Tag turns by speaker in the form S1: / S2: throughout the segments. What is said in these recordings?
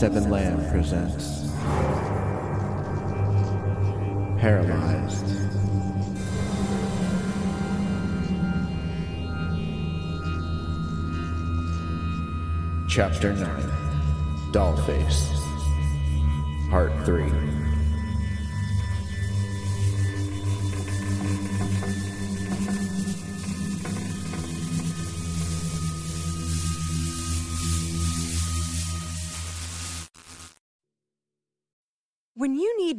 S1: Seven Lamb presents Paralyzed. Chapter 9 Dollface Part 3
S2: When you need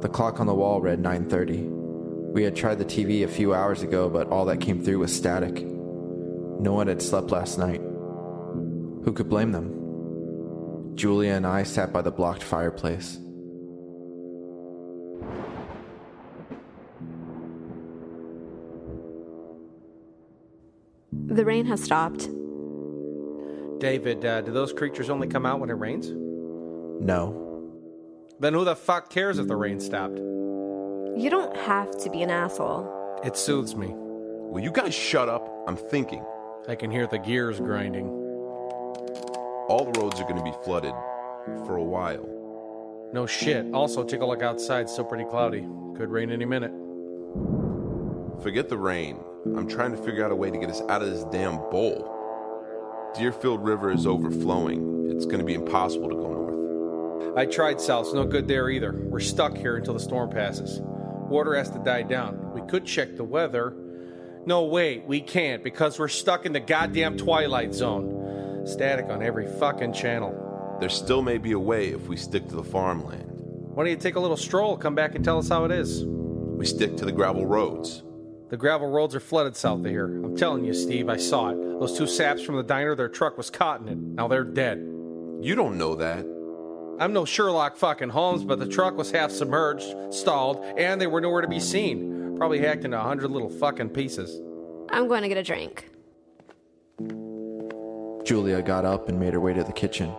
S1: The clock on the wall read 9:30. We had tried the TV a few hours ago, but all that came through was static. No one had slept last night. Who could blame them? Julia and I sat by the blocked fireplace.
S3: The rain has stopped.
S4: David, uh, do those creatures only come out when it rains?
S1: No.
S4: Then who the fuck cares if the rain stopped?
S3: You don't have to be an asshole.
S4: It soothes me.
S5: Will you guys shut up? I'm thinking.
S4: I can hear the gears grinding.
S5: All the roads are going to be flooded for a while.
S4: No shit. Also, take a look outside. Still pretty cloudy. Could rain any minute.
S5: Forget the rain. I'm trying to figure out a way to get us out of this damn bowl. Deerfield River is overflowing. It's going to be impossible to go north.
S4: I tried south. It's no good there either. We're stuck here until the storm passes. Water has to die down. We could check the weather. No, wait. We can't because we're stuck in the goddamn twilight zone. Static on every fucking channel.
S5: There still may be a way if we stick to the farmland.
S4: Why don't you take a little stroll? Come back and tell us how it is.
S5: We stick to the gravel roads.
S4: The gravel roads are flooded south of here. I'm telling you, Steve, I saw it. Those two saps from the diner, their truck was caught in it. Now they're dead.
S5: You don't know that.
S4: I'm no Sherlock fucking Holmes, but the truck was half submerged, stalled, and they were nowhere to be seen. Probably hacked into a hundred little fucking pieces.
S3: I'm going to get a drink.
S1: Julia got up and made her way to the kitchen.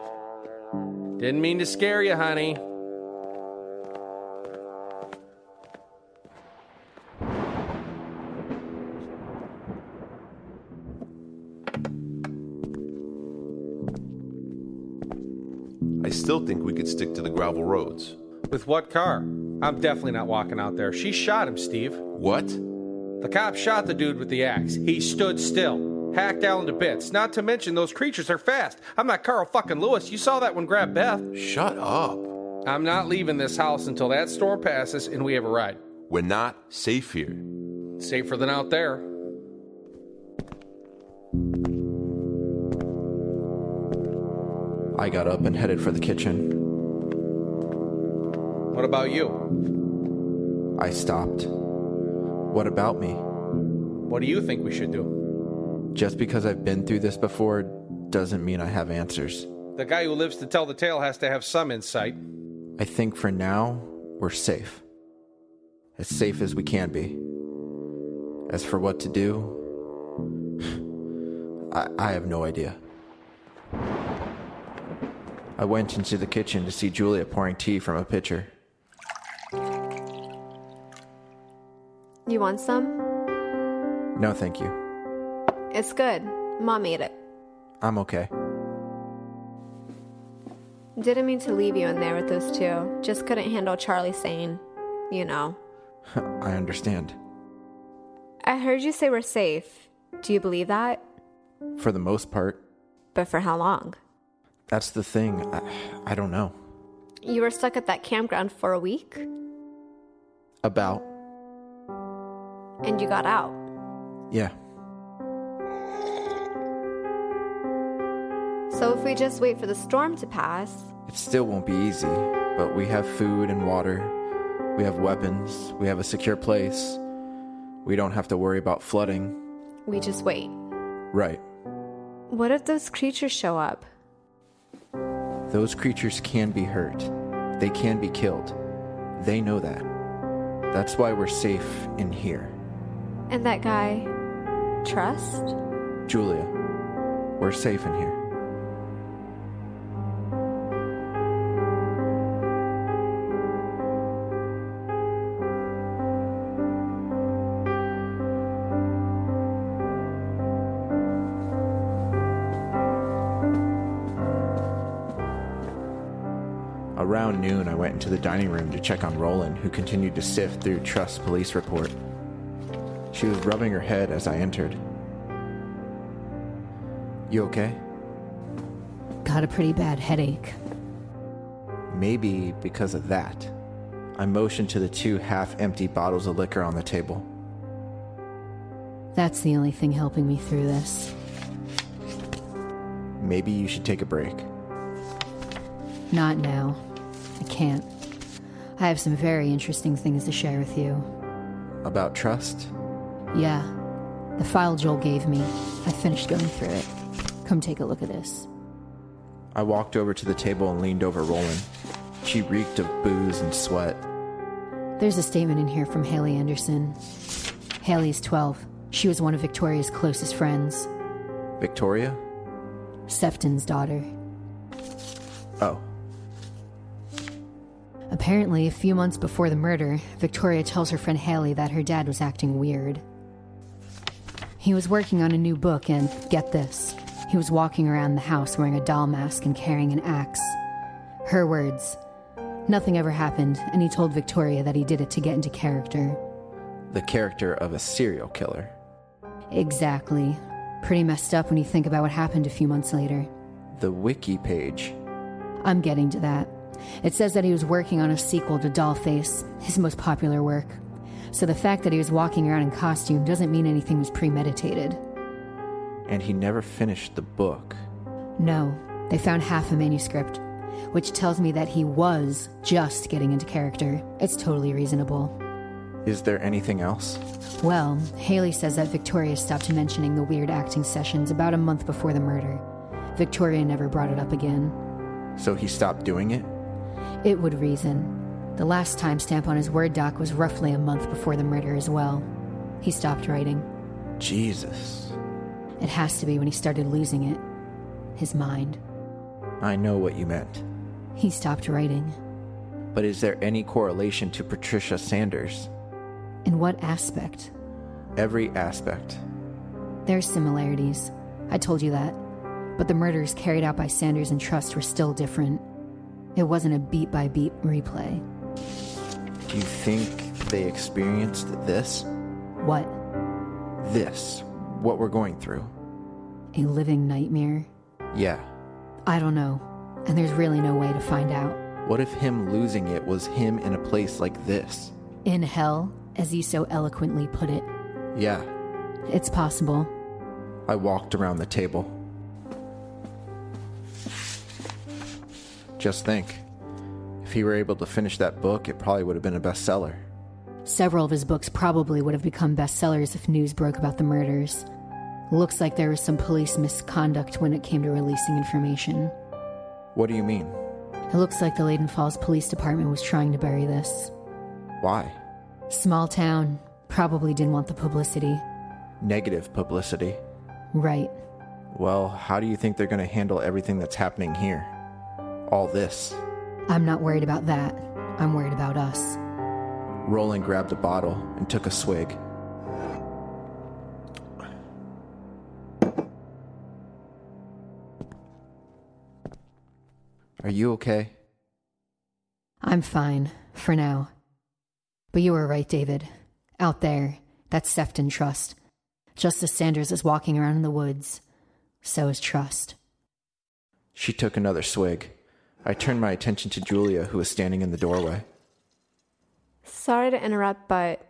S4: Didn't mean to scare you, honey.
S5: I still think we could stick to the gravel roads.
S4: With what car? I'm definitely not walking out there. She shot him, Steve.
S5: What?
S4: The cop shot the dude with the axe. He stood still. Hacked Alan to bits. Not to mention those creatures are fast. I'm not Carl fucking Lewis. You saw that one grab Beth.
S5: Shut up.
S4: I'm not leaving this house until that storm passes and we have a ride.
S5: We're not safe here.
S4: Safer than out there.
S1: I got up and headed for the kitchen.
S4: What about you?
S1: I stopped. What about me?
S4: What do you think we should do?
S1: Just because I've been through this before doesn't mean I have answers.
S4: The guy who lives to tell the tale has to have some insight.
S1: I think for now, we're safe. As safe as we can be. As for what to do, I, I have no idea. I went into the kitchen to see Julia pouring tea from a pitcher.
S3: You want some?
S1: No, thank you.
S3: It's good. Mom made it.
S1: I'm okay.
S3: Didn't mean to leave you in there with those two. Just couldn't handle Charlie saying, you know.
S1: I understand.
S3: I heard you say we're safe. Do you believe that?
S1: For the most part,
S3: But for how long?
S1: that's the thing. I, I don't know.
S3: You were stuck at that campground for a week
S1: About,
S3: and you got out.
S1: yeah,
S3: So if we just wait for the storm to pass,
S1: it still won't be easy, but we have food and water. We have weapons. We have a secure place. We don't have to worry about flooding.
S3: we just wait.
S1: Right.
S3: What if those creatures show up?
S1: Those creatures can be hurt. They can be killed. They know that. That's why we're safe in here.
S3: And that guy. Trust?
S1: Julia, we're safe in here. Around noon, I went into the dining room to check on Roland, who continued to sift through Trust's police report. She was rubbing her head as I entered. You okay?
S6: Got a pretty bad headache.
S1: Maybe because of that. I motioned to the two half empty bottles of liquor on the table.
S6: That's the only thing helping me through this.
S1: Maybe you should take a break.
S6: Not now. I can't. I have some very interesting things to share with you.
S1: About trust?
S6: Yeah. The file Joel gave me. I finished going through it. Come take a look at this.
S1: I walked over to the table and leaned over Roland. She reeked of booze and sweat.
S6: There's a statement in here from Haley Anderson. Haley's 12. She was one of Victoria's closest friends,
S1: Victoria?
S6: Sefton's daughter.
S1: Oh,
S6: Apparently, a few months before the murder, Victoria tells her friend Haley that her dad was acting weird. He was working on a new book, and get this, he was walking around the house wearing a doll mask and carrying an axe. Her words Nothing ever happened, and he told Victoria that he did it to get into character.
S1: the character of a serial killer.
S6: Exactly. Pretty messed up when you think about what happened a few months later.
S1: The wiki page.
S6: I'm getting to that. It says that he was working on a sequel to Dollface, his most popular work. So the fact that he was walking around in costume doesn't mean anything was premeditated.
S1: And he never finished the book.
S6: No, they found half a manuscript, which tells me that he was just getting into character. It's totally reasonable.
S1: Is there anything else?
S6: Well, Haley says that Victoria stopped mentioning the weird acting sessions about a month before the murder. Victoria never brought it up again.
S1: So he stopped doing it?
S6: It would reason. The last timestamp on his Word doc was roughly a month before the murder as well. He stopped writing.
S1: Jesus.
S6: It has to be when he started losing it. His mind.
S1: I know what you meant.
S6: He stopped writing.
S1: But is there any correlation to Patricia Sanders?
S6: In what aspect?
S1: Every aspect.
S6: There's similarities. I told you that. But the murders carried out by Sanders and Trust were still different. It wasn't a beat by beat replay.
S1: Do you think they experienced this?
S6: What?
S1: This. What we're going through?
S6: A living nightmare?
S1: Yeah.
S6: I don't know. And there's really no way to find out.
S1: What if him losing it was him in a place like this?
S6: In hell, as you so eloquently put it.
S1: Yeah.
S6: It's possible.
S1: I walked around the table. Just think. If he were able to finish that book, it probably would have been a bestseller.
S6: Several of his books probably would have become bestsellers if news broke about the murders. Looks like there was some police misconduct when it came to releasing information.
S1: What do you mean?
S6: It looks like the Leyden Falls Police Department was trying to bury this.
S1: Why?
S6: Small town. Probably didn't want the publicity.
S1: Negative publicity.
S6: Right.
S1: Well, how do you think they're going to handle everything that's happening here? All this.
S6: I'm not worried about that. I'm worried about us.
S1: Roland grabbed a bottle and took a swig. Are you okay?
S6: I'm fine, for now. But you were right, David. Out there, that's Sefton Trust. Justice Sanders is walking around in the woods. So is Trust.
S1: She took another swig. I turned my attention to Julia, who was standing in the doorway.
S3: Sorry to interrupt, but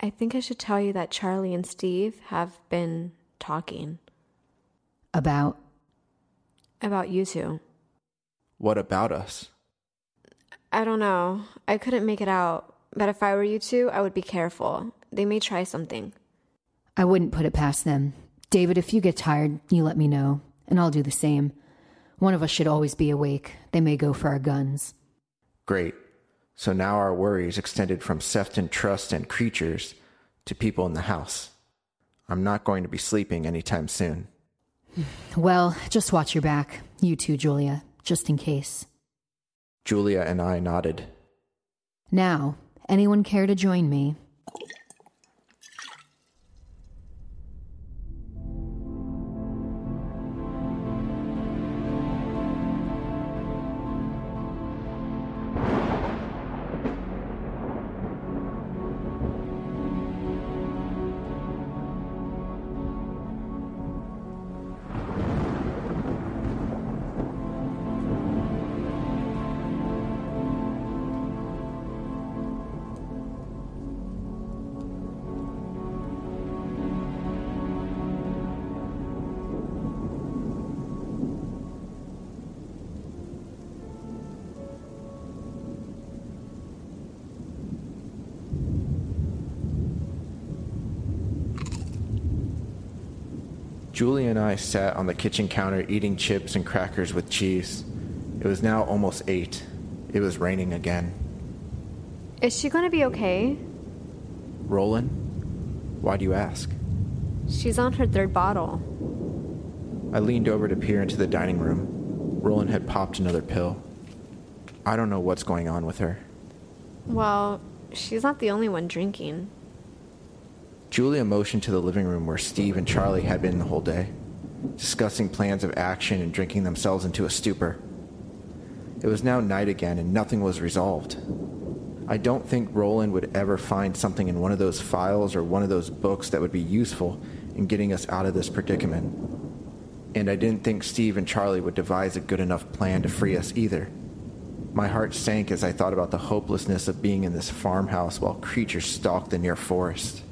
S3: I think I should tell you that Charlie and Steve have been talking
S6: About.
S3: about you two.
S1: What about us?
S3: I don't know. I couldn't make it out. But if I were you two, I would be careful. They may try something.
S6: I wouldn't put it past them. David, if you get tired, you let me know, and I'll do the same. One of us should always be awake. They may go for our guns.
S1: Great. So now our worries extended from Sefton Trust and creatures to people in the house. I'm not going to be sleeping anytime soon.
S6: Well, just watch your back. You too, Julia, just in case.
S1: Julia and I nodded.
S6: Now, anyone care to join me?
S1: Julia and I sat on the kitchen counter eating chips and crackers with cheese. It was now almost eight. It was raining again.
S3: Is she going to be okay?
S1: Roland? Why do you ask?
S3: She's on her third bottle.
S1: I leaned over to peer into the dining room. Roland had popped another pill. I don't know what's going on with her.
S3: Well, she's not the only one drinking.
S1: Julia motioned to the living room where Steve and Charlie had been the whole day, discussing plans of action and drinking themselves into a stupor. It was now night again and nothing was resolved. I don't think Roland would ever find something in one of those files or one of those books that would be useful in getting us out of this predicament. And I didn't think Steve and Charlie would devise a good enough plan to free us either. My heart sank as I thought about the hopelessness of being in this farmhouse while creatures stalked the near forest.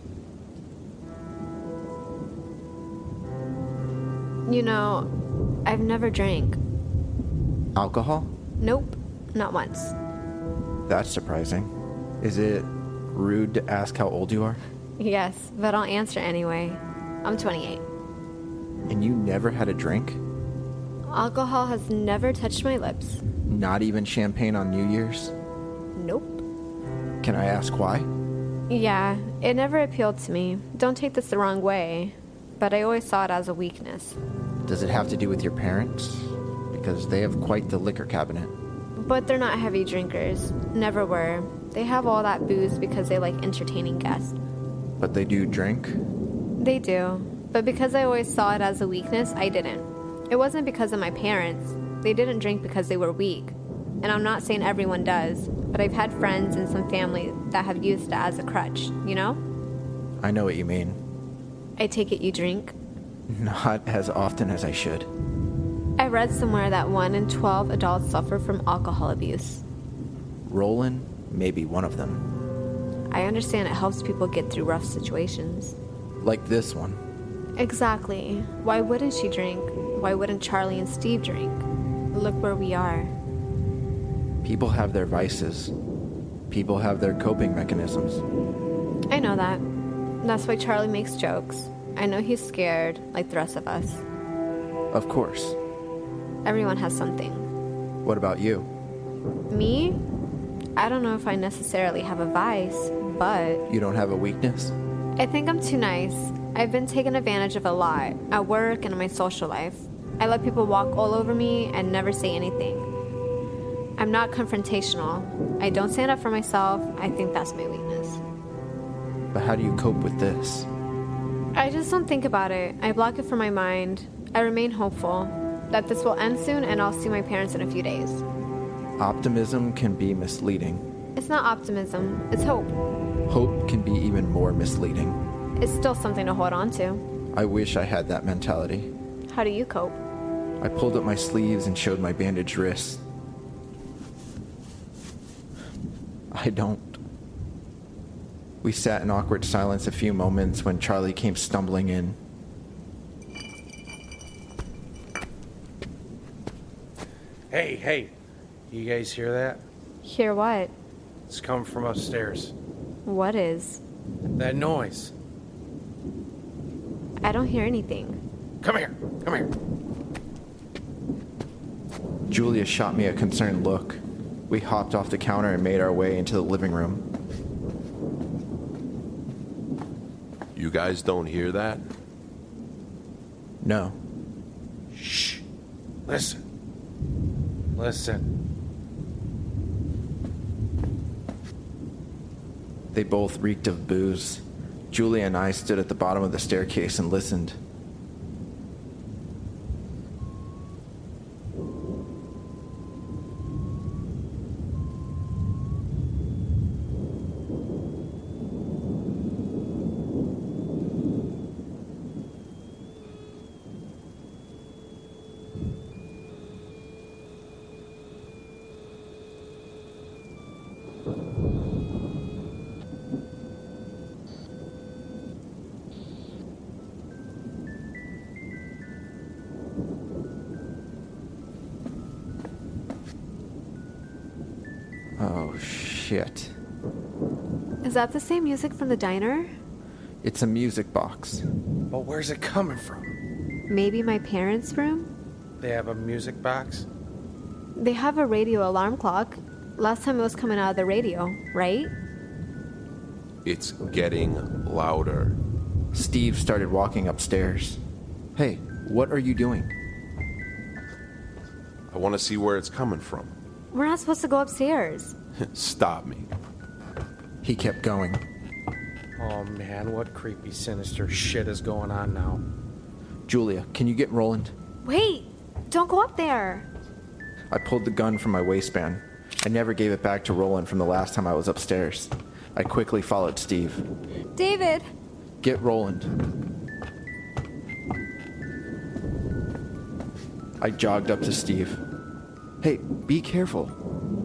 S3: You know, I've never drank.
S1: Alcohol?
S3: Nope, not once.
S1: That's surprising. Is it rude to ask how old you are?
S3: Yes, but I'll answer anyway. I'm 28.
S1: And you never had a drink?
S3: Alcohol has never touched my lips.
S1: Not even champagne on New Year's?
S3: Nope.
S1: Can I ask why?
S3: Yeah, it never appealed to me. Don't take this the wrong way, but I always saw it as a weakness.
S1: Does it have to do with your parents? Because they have quite the liquor cabinet.
S3: But they're not heavy drinkers. Never were. They have all that booze because they like entertaining guests.
S1: But they do drink?
S3: They do. But because I always saw it as a weakness, I didn't. It wasn't because of my parents. They didn't drink because they were weak. And I'm not saying everyone does, but I've had friends and some family that have used it as a crutch, you know?
S1: I know what you mean.
S3: I take it you drink.
S1: Not as often as I should.
S3: I read somewhere that 1 in 12 adults suffer from alcohol abuse.
S1: Roland may be one of them.
S3: I understand it helps people get through rough situations.
S1: Like this one.
S3: Exactly. Why wouldn't she drink? Why wouldn't Charlie and Steve drink? Look where we are.
S1: People have their vices, people have their coping mechanisms.
S3: I know that. That's why Charlie makes jokes. I know he's scared, like the rest of us.
S1: Of course.
S3: Everyone has something.
S1: What about you?
S3: Me? I don't know if I necessarily have a vice, but
S1: You don't have a weakness?
S3: I think I'm too nice. I've been taken advantage of a lot, at work and in my social life. I let people walk all over me and never say anything. I'm not confrontational. I don't stand up for myself. I think that's my weakness.
S1: But how do you cope with this?
S3: I just don't think about it. I block it from my mind. I remain hopeful that this will end soon and I'll see my parents in a few days.
S1: Optimism can be misleading.
S3: It's not optimism, it's hope.
S1: Hope can be even more misleading.
S3: It's still something to hold on to.
S1: I wish I had that mentality.
S3: How do you cope?
S1: I pulled up my sleeves and showed my bandaged wrists. I don't. We sat in awkward silence a few moments when Charlie came stumbling in.
S4: Hey, hey, you guys hear that?
S3: Hear what?
S4: It's coming from upstairs.
S3: What is?
S4: That noise.
S3: I don't hear anything.
S4: Come here, come here.
S1: Julia shot me a concerned look. We hopped off the counter and made our way into the living room.
S5: You guys don't hear that?
S1: No,
S4: Shh. Listen. Listen.
S1: They both reeked of booze. Julia and I stood at the bottom of the staircase and listened. Oh, shit.
S3: Is that the same music from the diner?
S1: It's a music box.
S4: But where's it coming from?
S3: Maybe my parents' room?
S4: They have a music box?
S3: They have a radio alarm clock. Last time it was coming out of the radio, right?
S5: It's getting louder.
S1: Steve started walking upstairs. Hey, what are you doing?
S5: I want to see where it's coming from.
S3: We're not supposed to go upstairs.
S5: Stop me.
S1: He kept going.
S4: Oh man, what creepy, sinister shit is going on now?
S1: Julia, can you get Roland?
S3: Wait! Don't go up there!
S1: I pulled the gun from my waistband. I never gave it back to Roland from the last time I was upstairs. I quickly followed Steve.
S3: David!
S1: Get Roland. I jogged up to Steve. Hey, be careful.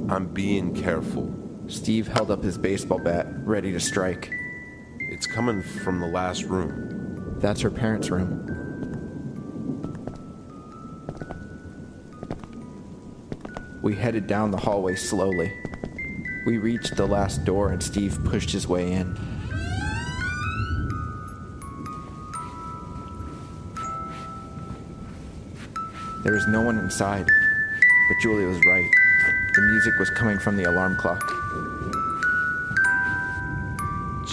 S5: I'm being careful.
S1: Steve held up his baseball bat, ready to strike.
S5: It's coming from the last room.
S1: That's her parents' room. We headed down the hallway slowly. We reached the last door and Steve pushed his way in. There was no one inside, but Julia was right. The music was coming from the alarm clock.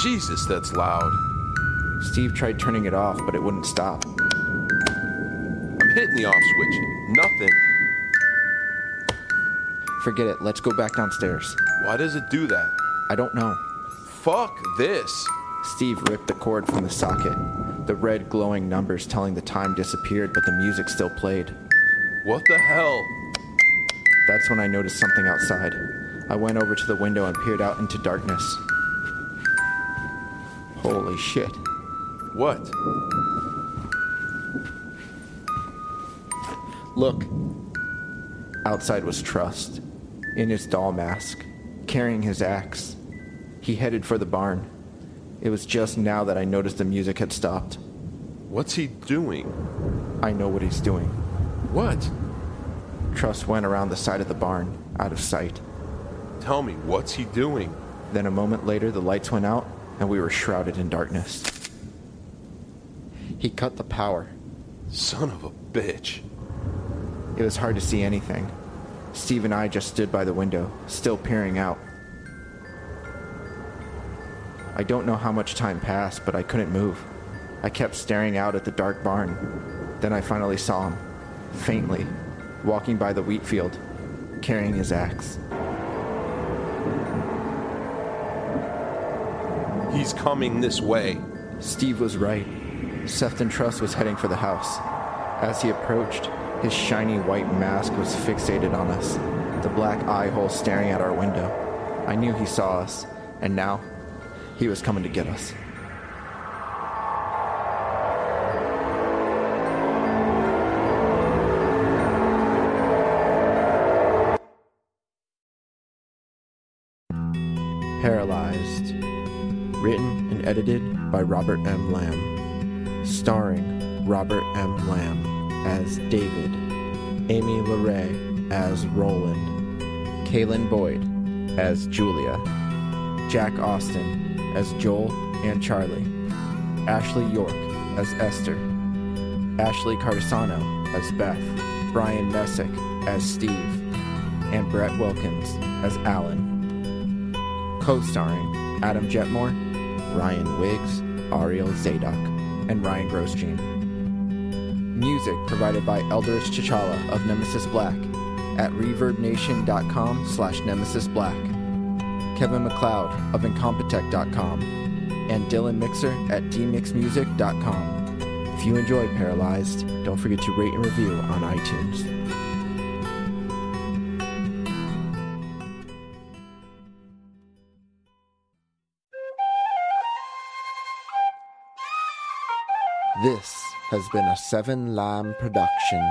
S5: Jesus, that's loud.
S1: Steve tried turning it off, but it wouldn't stop.
S5: I'm hitting the off switch. Nothing.
S1: Forget it, let's go back downstairs.
S5: Why does it do that?
S1: I don't know.
S5: Fuck this.
S1: Steve ripped the cord from the socket. The red glowing numbers telling the time disappeared, but the music still played.
S5: What the hell?
S1: That's when I noticed something outside. I went over to the window and peered out into darkness. Holy shit.
S5: What?
S1: Look. Outside was Trust, in his doll mask, carrying his axe. He headed for the barn. It was just now that I noticed the music had stopped.
S5: What's he doing?
S1: I know what he's doing.
S5: What?
S1: Truss went around the side of the barn, out of sight.
S5: Tell me, what's he doing?
S1: Then a moment later, the lights went out, and we were shrouded in darkness. He cut the power.
S5: Son of a bitch.
S1: It was hard to see anything. Steve and I just stood by the window, still peering out. I don't know how much time passed, but I couldn't move. I kept staring out at the dark barn. Then I finally saw him, faintly, walking by the wheat field, carrying his axe.
S5: He's coming this way.
S1: Steve was right. Sefton Truss was heading for the house. As he approached, his shiny white mask was fixated on us, the black eye hole staring at our window. I knew he saw us, and now he was coming to get us. Paralyzed. Written and edited by Robert M. Lamb. Starring Robert M. Lamb as David, Amy LeRae as Roland, Kaylin Boyd as Julia, Jack Austin as Joel and Charlie, Ashley York as Esther, Ashley Cardisano as Beth, Brian Messick as Steve, and Brett Wilkins as Alan co-starring Adam Jetmore, Ryan Wiggs, Ariel Zadok, and Ryan Grosjean. Music provided by Eldritch Chachala of Nemesis Black at ReverbNation.com slash Nemesis Black, Kevin McLeod of Incompetech.com, and Dylan Mixer at DMixMusic.com. If you enjoy Paralyzed, don't forget to rate and review on iTunes. This has been a Seven Lamb production.